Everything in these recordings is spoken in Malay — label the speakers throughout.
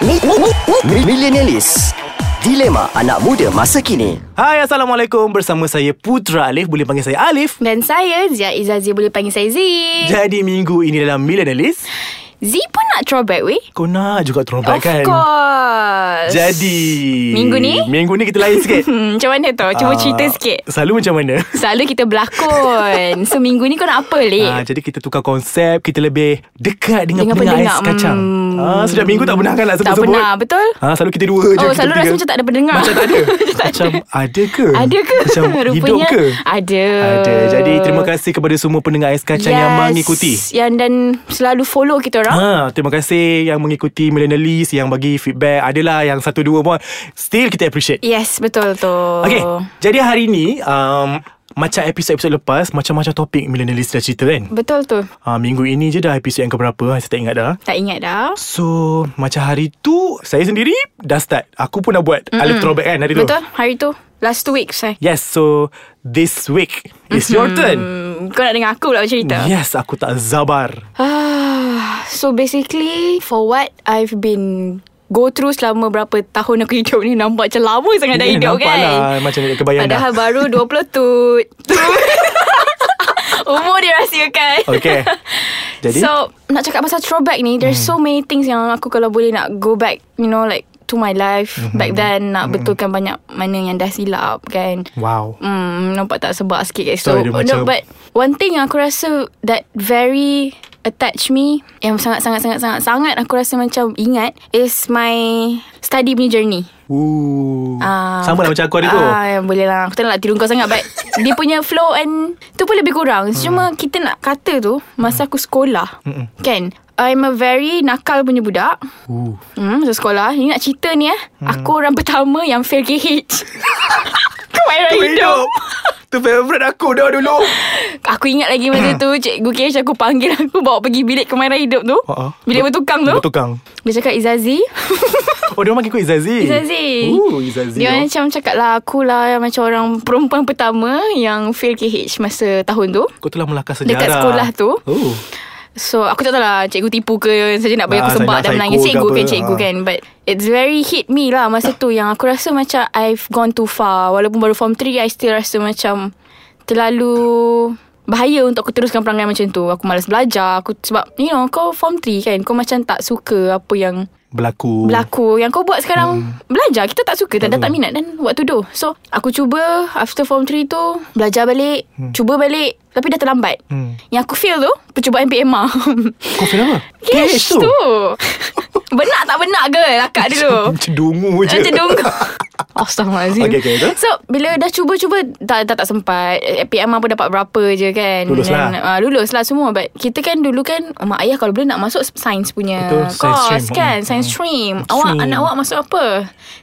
Speaker 1: Mi- mi- mi- mi- Millenialis Dilema anak muda masa kini
Speaker 2: Hai Assalamualaikum Bersama saya Putra Alif Boleh panggil saya Alif
Speaker 3: Dan saya Zia Izazi boleh panggil saya Z.
Speaker 2: Jadi minggu ini dalam Millennialist
Speaker 3: Z pun nak throwback weh.
Speaker 2: Kau nak juga throwback
Speaker 3: Of
Speaker 2: kan
Speaker 3: course.
Speaker 2: Jadi
Speaker 3: Minggu ni?
Speaker 2: Minggu ni kita lain sikit
Speaker 3: Hmm, macam mana tu? Cuba
Speaker 2: Ah,
Speaker 3: cerita sikit.
Speaker 2: Selalu macam mana
Speaker 3: Selalu kita berlakon. so minggu ni kau nak apa, Lip?
Speaker 2: Ah, jadi kita tukar konsep Kita lebih dekat dengan,
Speaker 3: Dengan
Speaker 2: pendengar,
Speaker 3: pendengar,
Speaker 2: ais kacang
Speaker 3: hmm.
Speaker 2: ah, Sudah minggu tak pernah kan nak
Speaker 3: tak
Speaker 2: sebut-sebut
Speaker 3: pernah, betul?
Speaker 2: Ah, selalu kita dua je
Speaker 3: Oh,
Speaker 2: kita
Speaker 3: selalu
Speaker 2: tiga.
Speaker 3: rasa macam tak ada pendengar.
Speaker 2: Macam tak ada
Speaker 3: tak
Speaker 2: Macam ada ke
Speaker 3: Ada ke?
Speaker 2: Macam hidup
Speaker 3: Rupanya
Speaker 2: ke
Speaker 3: ada.
Speaker 2: Ada Jadi terima kasih kepada semua pendengar Ais Kacang yang
Speaker 3: Yes.
Speaker 2: mengikuti
Speaker 3: Yang dan selalu follow kita orang.
Speaker 2: Ha, terima kasih yang mengikuti Millennialist Yang bagi feedback Adalah yang satu dua pun Still kita appreciate
Speaker 3: Yes, betul tu.
Speaker 2: Okay Jadi hari ni um, Macam episod-episod lepas Macam-macam topik Millennialist dah cerita kan
Speaker 3: Betul tu.
Speaker 2: ha, Minggu ini je dah episod yang keberapa Saya tak ingat dah
Speaker 3: Tak ingat dah.
Speaker 2: So Macam hari tu Saya sendiri Dah start Aku pun dah buat mm throwback kan hari tu
Speaker 3: Betul? Hari tu. Last two weeks eh.
Speaker 2: Yes so This week It's your turn
Speaker 3: Hmm, Kau nak dengar aku pula cerita?
Speaker 2: Yes aku tak zabar
Speaker 3: Ah, so basically for what I've been go through selama berapa tahun aku hidup ni nampak macam lama sangat dah
Speaker 2: Ya,
Speaker 3: hidup
Speaker 2: nampak
Speaker 3: kan.
Speaker 2: lah, macam dah kebayang
Speaker 3: Padahal
Speaker 2: dah.
Speaker 3: baru 20 tut. Umur dirahsiakan.
Speaker 2: Okay Oh, Jadi Hmm.
Speaker 3: So nak cakap pasal throwback ni There's so many things yang aku kalau boleh nak go back You know like to my life
Speaker 2: Hmm,
Speaker 3: Back then nak betulkan banyak mana yang dah silap kan
Speaker 2: Wow
Speaker 3: Hmm, nampak tak sebab sikit kat
Speaker 2: Sorry,
Speaker 3: so,
Speaker 2: dia
Speaker 3: no,
Speaker 2: macam-
Speaker 3: but one thing yang aku rasa that very attach me yang sangat-sangat-sangat-sangat-sangat aku rasa macam ingat is my study punya journey.
Speaker 2: Ooh.
Speaker 3: Ah,
Speaker 2: Sama lah macam aku hari tu
Speaker 3: Ah, boleh lah. Aku tak nak tiru kau sangat but dia punya flow and tu pun lebih
Speaker 2: Hmm.
Speaker 3: kurang. Cuma kita nak kata tu masa aku sekolah. Kan? I'm a very nakal punya budak.
Speaker 2: Ooh. Hmm.
Speaker 3: Hmm, masa sekolah. Ni nak cerita ni eh. Aku orang pertama yang fail KH. Kau era hidup.
Speaker 2: Tu favourite aku dah dulu
Speaker 3: Aku ingat lagi masa tu Cikgu Kesh aku panggil aku Bawa pergi bilik kemahiran hidup tu
Speaker 2: Ha-ha.
Speaker 3: Bilik bertukang tu
Speaker 2: Bertukang
Speaker 3: Dia cakap Izazi
Speaker 2: Oh dia orang panggil kau Izazi
Speaker 3: Izazi
Speaker 2: Ooh Izazi oh.
Speaker 3: Dia orang macam cakap lah Aku lah yang macam orang perempuan pertama Yang fail KH masa tahun tu
Speaker 2: Kau telah melakar sejarah Oh,
Speaker 3: Dekat sekolah tu.
Speaker 2: Ooh.
Speaker 3: So aku tak tahu lah Cikgu tipu ke Saja nak bagi
Speaker 2: Ah,
Speaker 3: aku
Speaker 2: saya
Speaker 3: sebab
Speaker 2: nak
Speaker 3: Dan
Speaker 2: psycho
Speaker 3: menangis
Speaker 2: ke
Speaker 3: Cikgu
Speaker 2: apa.
Speaker 3: kan cikgu
Speaker 2: Ah.
Speaker 3: kan But it's very hit me lah Masa tu yang aku rasa macam I've gone too far Walaupun baru form 3 I still rasa macam Terlalu Bahaya untuk aku teruskan perangai macam tu Aku malas belajar aku Sebab you know Kau form 3 kan Kau macam tak suka Apa yang
Speaker 2: Berlaku
Speaker 3: berlaku yang kau buat sekarang hmm. belajar kita tak suka dan dah tak minat dan what to do so aku cuba after form 3 tu belajar balik hmm. cuba balik tapi dah terlambat
Speaker 2: Hmm.
Speaker 3: yang aku fail tu percubaan PMR
Speaker 2: Kau fail apa?
Speaker 3: Cash tu benak tak benak ke lakak dulu
Speaker 2: Macam dungu je
Speaker 3: macam donggu Astaghfirullahaladzim
Speaker 2: Okay, okay, betul?
Speaker 3: So bila dah cuba-cuba Tak tak, tak sempat Eh, PMR pun dapat berapa je kan
Speaker 2: Lulus lah.
Speaker 3: uh, Lulus lah semua But kita kan dulu kan Mak ayah kalau boleh nak masuk Sains punya
Speaker 2: Betul, sains
Speaker 3: Course
Speaker 2: stream.
Speaker 3: kan
Speaker 2: Hmm.
Speaker 3: Sains stream Awak
Speaker 2: Stream.
Speaker 3: anak awak masuk apa?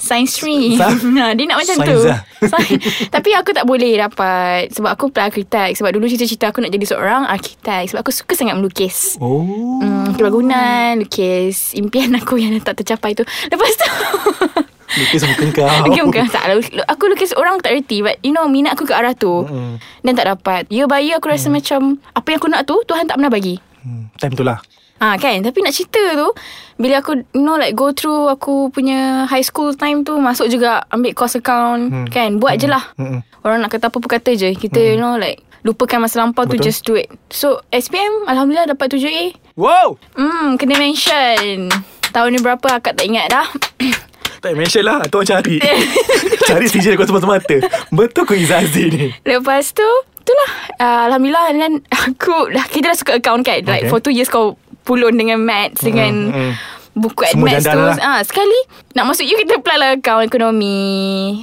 Speaker 3: Sains stream
Speaker 2: Sa-
Speaker 3: ha, Dia nak macam
Speaker 2: Sains
Speaker 3: tu
Speaker 2: lah.
Speaker 3: Sains. Tapi aku tak boleh dapat Sebab aku plan arkitek Sebab dulu cita-cita aku nak jadi seorang arkitek Sebab aku suka sangat melukis
Speaker 2: Oh
Speaker 3: Hmm, kebangunan, lukis impian aku yang tak tercapai tu. Lepas tu
Speaker 2: Lukis muka kau
Speaker 3: Okay, bukan tak lah. Lu- Aku lukis orang tak reti But you know Minat aku ke arah tu
Speaker 2: Mm-mm. Mm.
Speaker 3: Dan tak dapat Year by year aku rasa macam Apa yang aku nak tu Tuhan tak pernah bagi
Speaker 2: Hmm, Time tu lah
Speaker 3: Ah kan Tapi nak cerita tu Bila aku You know like Go through aku punya High school time tu Masuk juga Ambil course account
Speaker 2: Hmm.
Speaker 3: Kan Buat je lah
Speaker 2: Mm-mm. Mm.
Speaker 3: Orang nak kata apa pun kata je Kita you know like Lupakan masa lampau
Speaker 2: Betul.
Speaker 3: tu Just do it So SPM Alhamdulillah dapat 7A
Speaker 2: Wow
Speaker 3: Hmm, kena mention. Tahun ni berapa akak tak ingat dah.
Speaker 2: Tak payah mention lah Tuan cari
Speaker 3: Eh.
Speaker 2: Cari CJ kau semata-mata Betul ke Izazi ni
Speaker 3: Lepas tu, itulah. Uh, Alhamdulillah dan aku dah kita dah suka account kan.
Speaker 2: Okay.
Speaker 3: Like for two years kau pulun dengan maths dengan
Speaker 2: mm.
Speaker 3: buku
Speaker 2: Semua
Speaker 3: admaths tu.
Speaker 2: jandala lah.
Speaker 3: Ah, sekali nak masuk you kita apply lah account ekonomi.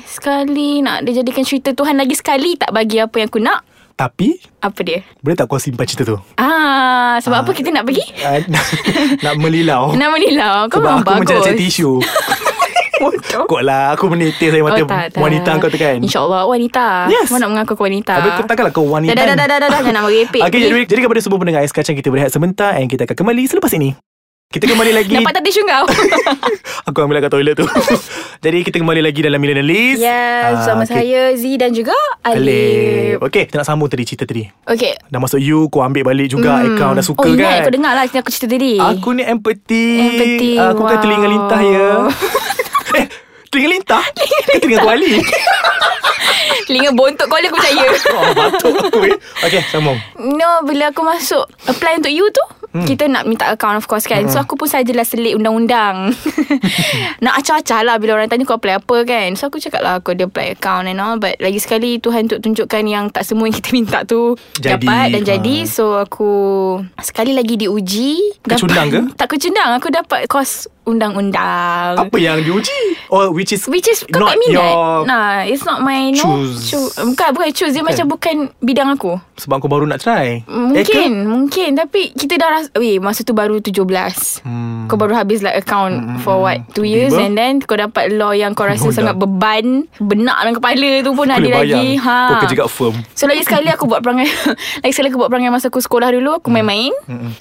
Speaker 3: Sekali nak dia jadikan cerita Tuhan lagi sekali tak bagi apa yang aku nak.
Speaker 2: Tapi
Speaker 3: Apa dia?
Speaker 2: Boleh tak kau simpan cerita tu
Speaker 3: Ah, sebab apa kita nak pergi?
Speaker 2: Ah, nak, nak melilau
Speaker 3: Nama ni lah Kau
Speaker 2: Sebab
Speaker 3: memang
Speaker 2: aku
Speaker 3: bagus
Speaker 2: macam nak cari tisu
Speaker 3: Bodoh. Oh,
Speaker 2: Kot lah Aku menitir saya mata wanita kau tu kan
Speaker 3: InsyaAllah wanita
Speaker 2: Yes.
Speaker 3: Kau nak mengaku aku wanita
Speaker 2: Habis kau takkanlah kau wanita kan?
Speaker 3: Dah dah dah dah dah, dah Jangan merepek
Speaker 2: Okay jadi, jadi kepada semua pendengar Ais Kacang Kita berehat sebentar And kita akan kembali selepas ini Kita kembali lagi
Speaker 3: Dapat tadi syungau
Speaker 2: Aku ambil kat toilet tu Jadi kita kembali lagi dalam Millennial List
Speaker 4: Ya,
Speaker 2: Ah,
Speaker 4: bersama
Speaker 2: kita-
Speaker 4: saya Z dan juga
Speaker 2: Alif
Speaker 4: Alif.
Speaker 2: Okay kita nak sambung tadi cerita tadi
Speaker 3: Okay
Speaker 2: Dah masuk you Kau ambil balik juga hmm. Account dah suka
Speaker 3: Oh
Speaker 2: kan
Speaker 3: ingat aku dengar lah Aku cerita tadi
Speaker 2: Aku ni empathy
Speaker 3: Empathy,
Speaker 2: Aku kan
Speaker 3: wow.
Speaker 2: telinga lintah ya Eh Telinga lintah? Ke telinga kuali?
Speaker 3: Telinga bontot kau ni aku percaya
Speaker 2: Oh batuk aku eh Okay sambung
Speaker 3: No Bila aku masuk Apply untuk you tu hmm. Kita nak minta account of course kan hmm. So aku pun sajalah selit undang-undang Nak acah-acah lah Bila orang tanya kau apply apa kan So aku cakap lah Aku ada apply account and all But lagi sekali Tuhan untuk tunjukkan Yang tak semua yang kita minta tu
Speaker 2: Jadi.
Speaker 3: Dapat dan
Speaker 2: Ah.
Speaker 3: jadi So aku Sekali lagi diuji dapat-
Speaker 2: Kecundang ke?
Speaker 3: Tak kecundang Aku dapat kos undang-undang
Speaker 2: Apa yang diuji? Oh which is
Speaker 3: Which is kau
Speaker 2: not
Speaker 3: tak minat
Speaker 2: your
Speaker 3: Nah It's not my no,
Speaker 2: choose. Kan?
Speaker 3: Choo- Bukan bukan choose Dia macam bukan bidang aku
Speaker 2: Sebab aku baru nak try Eh,
Speaker 3: Mungkin
Speaker 2: ke?
Speaker 3: eh, Mungkin Tapi kita dah rasa Weh masa tu baru 17 hmm. Kau baru habis like account hmm. For what 2 years
Speaker 2: Tiba.
Speaker 3: And then kau dapat law Yang kau rasa
Speaker 2: Undang.
Speaker 3: sangat beban Benak dalam kepala tu pun
Speaker 2: Aku
Speaker 3: Ada
Speaker 2: boleh bayang
Speaker 3: lagi Ha.
Speaker 2: Kau kerja kat firm
Speaker 3: So lagi sekali aku buat perangai Lagi sekali aku buat perangai Masa aku sekolah dulu
Speaker 2: Hmm.
Speaker 3: Aku main-main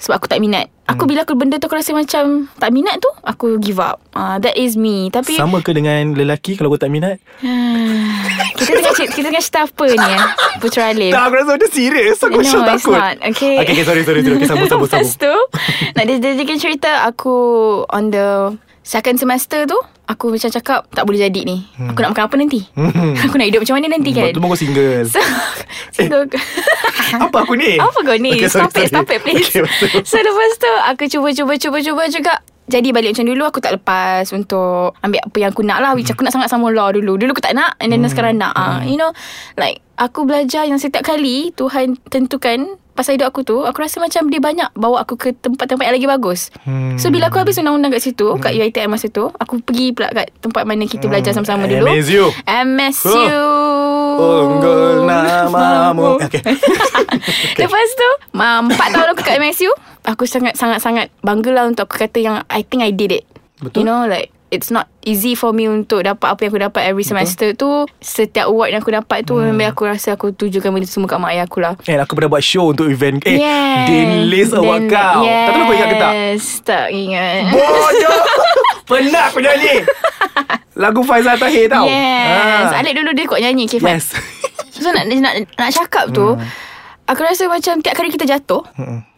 Speaker 3: Sebab aku tak minat Aku bila aku benda tu Aku rasa macam Tak minat tu Aku give up Ah, That is me Tapi
Speaker 2: Sama ke dengan lelaki Kalau kau tak minat
Speaker 3: Kita tengah cerita, kita tengah cerita apa ni eh? Putra Alif.
Speaker 2: Tak aku rasa dia serius Aku
Speaker 3: No,
Speaker 2: macam
Speaker 3: it's
Speaker 2: takut
Speaker 3: not. Okay.
Speaker 2: Okay, okay sorry sorry, sorry. Okay, sambung sambung
Speaker 3: Lepas
Speaker 2: sambung
Speaker 3: tu, nak dia jadikan cerita aku on the second semester tu, aku macam cakap tak boleh jadi ni.
Speaker 2: Hmm.
Speaker 3: Aku nak makan apa nanti? aku nak hidup macam mana nanti kan?
Speaker 2: Sebab tu pun kau single
Speaker 3: So,
Speaker 2: Eh.
Speaker 3: single.
Speaker 2: Apa aku ni?
Speaker 3: Apa kau ni?
Speaker 2: Okay,
Speaker 3: Okay,
Speaker 2: sorry,
Speaker 3: stop it,
Speaker 2: sorry.
Speaker 3: stop it please.
Speaker 2: Okay, betul.
Speaker 3: so lepas tu aku cuba cuba cuba cuba juga jadi balik macam dulu aku tak lepas untuk ambil apa yang aku nak lah which aku nak sangat sama law dulu. Dulu aku tak nak and then
Speaker 2: Hmm.
Speaker 3: sekarang nak. Ah, you know like aku belajar yang setiap kali Tuhan tentukan pasal hidup aku tu aku rasa macam dia banyak bawa aku ke tempat-tempat yang lagi bagus.
Speaker 2: Hmm.
Speaker 3: So bila aku habis undang-undang kat situ kat UiTM masa tu aku pergi pula kat tempat mana kita belajar
Speaker 2: Hmm.
Speaker 3: sama-sama dulu.
Speaker 2: MSU.
Speaker 3: MSU.
Speaker 2: Unggul
Speaker 3: Oh.
Speaker 2: namamu. Okay.
Speaker 3: Okay. Lepas tu um, 4 tahun aku kat MSU Aku sangat-sangat-sangat Bangga lah untuk aku kata yang I think I did it
Speaker 2: Betul.
Speaker 3: You know like It's not easy for me Untuk dapat apa yang aku dapat Every semester Betul. tu Setiap award yang aku dapat tu hmm. Memang aku rasa Aku tujukan benda tu semua Kat mak ayah aku lah
Speaker 2: And Eh, aku pernah buat show untuk event eh,
Speaker 3: Yes.
Speaker 2: Din List Award
Speaker 3: Then-
Speaker 2: kau Tak tahu kau ingat ke tak?
Speaker 3: Yes Tak ingat
Speaker 2: Bodoh Pernah aku nyanyi Lagu Faizal Tahir tau
Speaker 3: Yes
Speaker 2: Ha.
Speaker 3: Alik dulu dia kot nyanyi Kifan
Speaker 2: Yes
Speaker 3: So nak nak nak cakap tu
Speaker 2: Hmm.
Speaker 3: Aku rasa macam tiap kali kita jatuh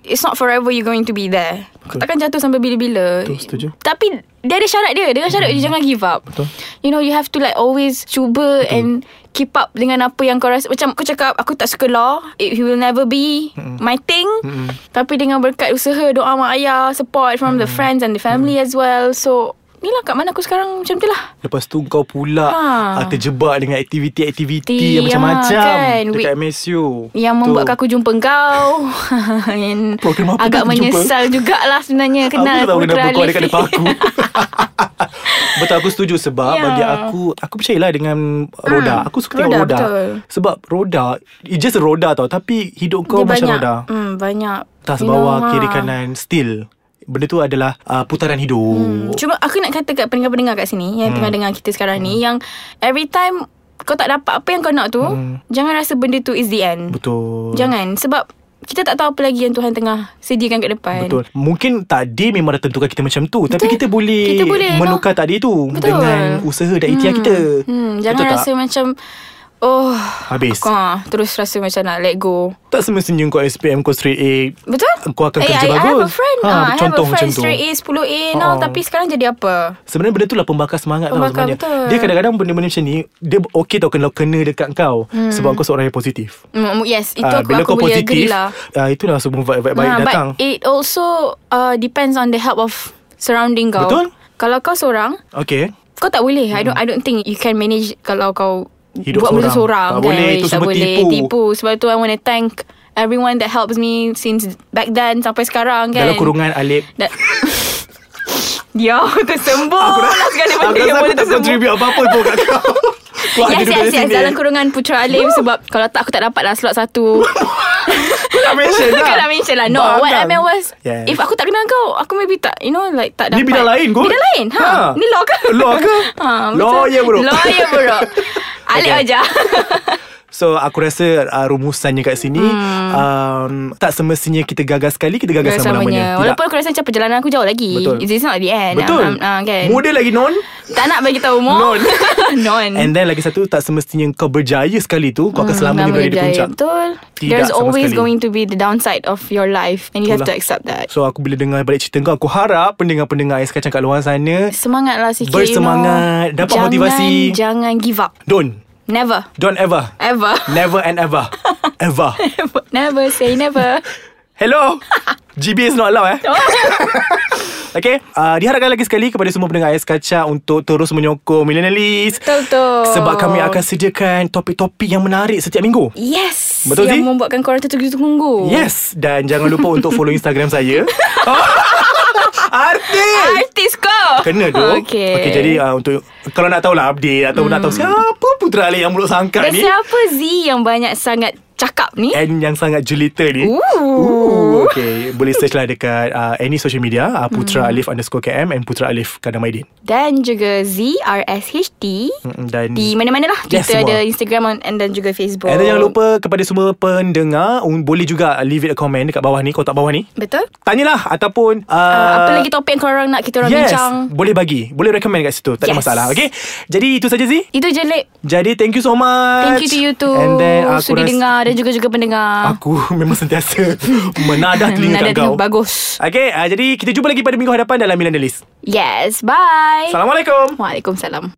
Speaker 3: It's not forever you going to be there Kau takkan jatuh sampai bila-bila
Speaker 2: Betul, setuju.
Speaker 3: Tapi dia ada syarat dia Dengan syarat you jangan give up
Speaker 2: Betul.
Speaker 3: You know you have to like always Cuba Betul. and keep up dengan apa yang kau rasa Macam kau cakap aku tak suka law It will never be
Speaker 2: Hmm.
Speaker 3: my thing Tapi dengan berkat usaha doa mak ayah Support from
Speaker 2: Hmm.
Speaker 3: the friends and the family as well So ni lah kat mana aku sekarang macam tu lah
Speaker 2: Lepas tu kau pula
Speaker 3: Ha.
Speaker 2: ha. Terjebak dengan aktiviti-aktiviti
Speaker 3: Ti,
Speaker 2: Yang macam-macam
Speaker 3: ha, kan.
Speaker 2: Dekat
Speaker 3: Wait.
Speaker 2: MSU
Speaker 3: Yang
Speaker 2: Tu.
Speaker 3: membuatkan aku jumpa kau And
Speaker 2: Program apa tu
Speaker 3: Agak
Speaker 2: aku
Speaker 3: menyesal jugalah sebenarnya
Speaker 2: Aku
Speaker 3: Kenal
Speaker 2: tak tahu
Speaker 3: Putra
Speaker 2: kenapa kau ada
Speaker 3: Alif
Speaker 2: kat
Speaker 3: ni.
Speaker 2: depan aku Betul aku setuju sebab
Speaker 3: Ya. Hmm,
Speaker 2: yeah. bagi aku Aku percayalah dengan roda Aku suka
Speaker 3: roda,
Speaker 2: tengok roda
Speaker 3: betul.
Speaker 2: Sebab roda It's just a roda tau Tapi hidup kau
Speaker 3: Dia
Speaker 2: macam
Speaker 3: banyak,
Speaker 2: roda
Speaker 3: hmm, Banyak
Speaker 2: Atas
Speaker 3: You
Speaker 2: bawah
Speaker 3: know,
Speaker 2: kiri
Speaker 3: ha.
Speaker 2: kanan Still Benda tu adalah uh, putaran hidup hmm.
Speaker 3: Cuma aku nak kata kat pendengar-pendengar kat sini Yang tengah dengar kita sekarang
Speaker 2: Hmm.
Speaker 3: ni Yang every time Kau tak dapat apa yang kau nak tu Jangan rasa benda tu is the end
Speaker 2: Hmm. Betul
Speaker 3: Jangan Sebab kita tak tahu apa lagi yang Tuhan tengah sediakan kat depan
Speaker 2: Betul Mungkin takdir memang dah tentukan kita macam tu Tapi kita boleh,
Speaker 3: Kita boleh,
Speaker 2: Menukar takdir tu
Speaker 3: Betul.
Speaker 2: Dengan usaha dan ikhtiar kita
Speaker 3: hmm, Jangan
Speaker 2: Betul tak?
Speaker 3: rasa macam Oh
Speaker 2: Habis
Speaker 3: Aku ha, terus rasa macam nak let go
Speaker 2: Tak semestinya kau SPM kau straight A
Speaker 3: Betul?
Speaker 2: Kau akan
Speaker 3: eh,
Speaker 2: kerja
Speaker 3: I, I have a
Speaker 2: bagus.
Speaker 3: friend.
Speaker 2: Ha,
Speaker 3: Ha, I have a
Speaker 2: contoh macam
Speaker 3: friend
Speaker 2: tu.
Speaker 3: straight A, 10A uh now.
Speaker 2: Ha.
Speaker 3: Tapi sekarang jadi apa?
Speaker 2: Sebenarnya benda tu lah pembakar semangat
Speaker 3: Pembakar,
Speaker 2: tau sebenarnya.
Speaker 3: betul.
Speaker 2: Dia kadang-kadang benda-benda macam ni Dia okey tau kalau kena dekat kau hmm. Sebab kau seorang yang positif
Speaker 3: Mm, yes, itu
Speaker 2: Ah,
Speaker 3: aku, aku boleh agree lah.
Speaker 2: ah, Itulah semua vibe-vibe baik
Speaker 3: Ah,
Speaker 2: datang
Speaker 3: But it also uh, depends on the help of surrounding kau.
Speaker 2: Betul.
Speaker 3: Kalau kau seorang,
Speaker 2: Okay
Speaker 3: kau tak boleh. I don't I don't think you can manage kalau kau
Speaker 2: Hidup
Speaker 3: buat benda
Speaker 2: seorang.
Speaker 3: seorang.
Speaker 2: Tak boleh,
Speaker 3: Guys,
Speaker 2: itu
Speaker 3: tak
Speaker 2: semua
Speaker 3: boleh.
Speaker 2: tipu.
Speaker 3: tipu. Sebab tu I want to thank everyone that helps me since back then sampai sekarang kan.
Speaker 2: Dalam kurungan Alip
Speaker 3: Da- Dia tersembur lah segala
Speaker 2: Aku rasa aku
Speaker 3: benda yang boleh
Speaker 2: tak
Speaker 3: tersembur.
Speaker 2: contribute apa-apa pun kat kau Kau ada duduk
Speaker 3: Yes, yes,
Speaker 2: di
Speaker 3: yes.
Speaker 2: sini.
Speaker 3: Dalam kurungan Putra Alim sebab kalau tak aku tak dapat lah slot satu.
Speaker 2: Kau nak mention lah
Speaker 3: Kau nak mention lah. No,
Speaker 2: Barang.
Speaker 3: what I meant was
Speaker 2: Yes.
Speaker 3: if aku tak kenal kau, aku maybe tak, you know, like tak
Speaker 2: Ni
Speaker 3: dapat.
Speaker 2: bidang lain kot.
Speaker 3: Bidang lain. Ha.
Speaker 2: Ha.
Speaker 3: Ni law ke?
Speaker 2: Law ke?
Speaker 3: Ha, betul.
Speaker 2: Lawyer, bro.
Speaker 3: Lawyer bro. Alik
Speaker 2: Okay.
Speaker 3: aja.
Speaker 2: So aku rasa uh, rumusannya kat sini hmm. um, tak semestinya kita gagal sekali kita gagal sama-namanya. Tidak.
Speaker 3: Walaupun aku rasa macam perjalanan aku jauh lagi
Speaker 2: Betul.
Speaker 3: It's it's not the end
Speaker 2: Betul.
Speaker 3: um, um, kan?
Speaker 2: Muda lagi non.
Speaker 3: Tak nak bagi tahu
Speaker 2: Non.
Speaker 3: more Non
Speaker 2: And then lagi satu tak semestinya kau berjaya sekali tu kau akan selamanya
Speaker 3: Nama
Speaker 2: berada di
Speaker 3: Hmm, berjaya.
Speaker 2: puncak.
Speaker 3: Betul
Speaker 2: Tidak
Speaker 3: There's
Speaker 2: sama
Speaker 3: always
Speaker 2: sekali. lah.
Speaker 3: going to be the downside of your life And you have to
Speaker 2: Itulah.
Speaker 3: accept that
Speaker 2: So aku bila dengar balik cerita kau Aku harap pendengar-pendengar Ais Kacang kat luar sana
Speaker 3: Semangatlah sikit
Speaker 2: Bersemangat,
Speaker 3: you know.
Speaker 2: dapat
Speaker 3: jangan,
Speaker 2: motivasi.
Speaker 3: Jangan give up
Speaker 2: Don't
Speaker 3: Never
Speaker 2: Don't ever
Speaker 3: Ever
Speaker 2: Never and ever Ever
Speaker 3: Never say never
Speaker 2: Hello GB is not allowed eh Okay uh, Diharapkan lagi sekali Kepada semua pendengar Ais Kacang Untuk terus menyokong Millennialis
Speaker 3: Betul-betul
Speaker 2: Sebab kami akan sediakan Topik-topik yang menarik Setiap minggu
Speaker 3: Oh. Yes
Speaker 2: Betul, Zee?
Speaker 3: Yang membuatkan korang tertunggu-tunggu
Speaker 2: Yes Dan jangan lupa untuk follow Instagram saya Artis
Speaker 3: Artis kau
Speaker 2: Kena tu
Speaker 3: Okay,
Speaker 2: okay Jadi uh, untuk Kalau nak tahulah update Atau hmm. nak tahu Siapa Putera Ali yang mulut sangka
Speaker 3: Dan
Speaker 2: ni
Speaker 3: siapa Z yang banyak sangat cakap ni?
Speaker 2: And yang sangat jelita ni
Speaker 3: Ooh.
Speaker 2: Ooh, Okay Boleh search lah dekat uh, Any social media uh, Putra hmm. Alif underscore KM And Putra Alif Kadamaidin
Speaker 3: Dan juga ZRSHT
Speaker 2: Mm, Dan
Speaker 3: Di mana-mana lah
Speaker 2: Yes,
Speaker 3: Kita
Speaker 2: semua.
Speaker 3: ada Instagram on- and dan juga Facebook
Speaker 2: And then Eh, jangan lupa Kepada semua pendengar um, Boleh juga Leave it a comment Dekat bawah ni Kotak bawah ni
Speaker 3: Betul?
Speaker 2: Tanyalah Ataupun uh,
Speaker 3: Uh, apa lagi topik yang korang nak kita orang
Speaker 2: Yes
Speaker 3: bincang?
Speaker 2: Boleh bagi Boleh recommend kat situ Tak ada
Speaker 3: Yes.
Speaker 2: masalah Okay Jadi itu saja Zee
Speaker 3: Itu je Lip
Speaker 2: Jadi thank you so much
Speaker 3: Thank you to you too
Speaker 2: And then aku
Speaker 3: Sudi
Speaker 2: rasa
Speaker 3: dengar Dan juga-juga pendengar
Speaker 2: Aku memang sentiasa menadah telinga kat
Speaker 3: Nada
Speaker 2: kau. ah,
Speaker 3: telinga bagus
Speaker 2: Okay, uh, jadi kita jumpa lagi pada minggu hadapan dalam Milan Delis.
Speaker 3: Yes Bye
Speaker 2: Assalamualaikum.
Speaker 3: Waalaikumsalam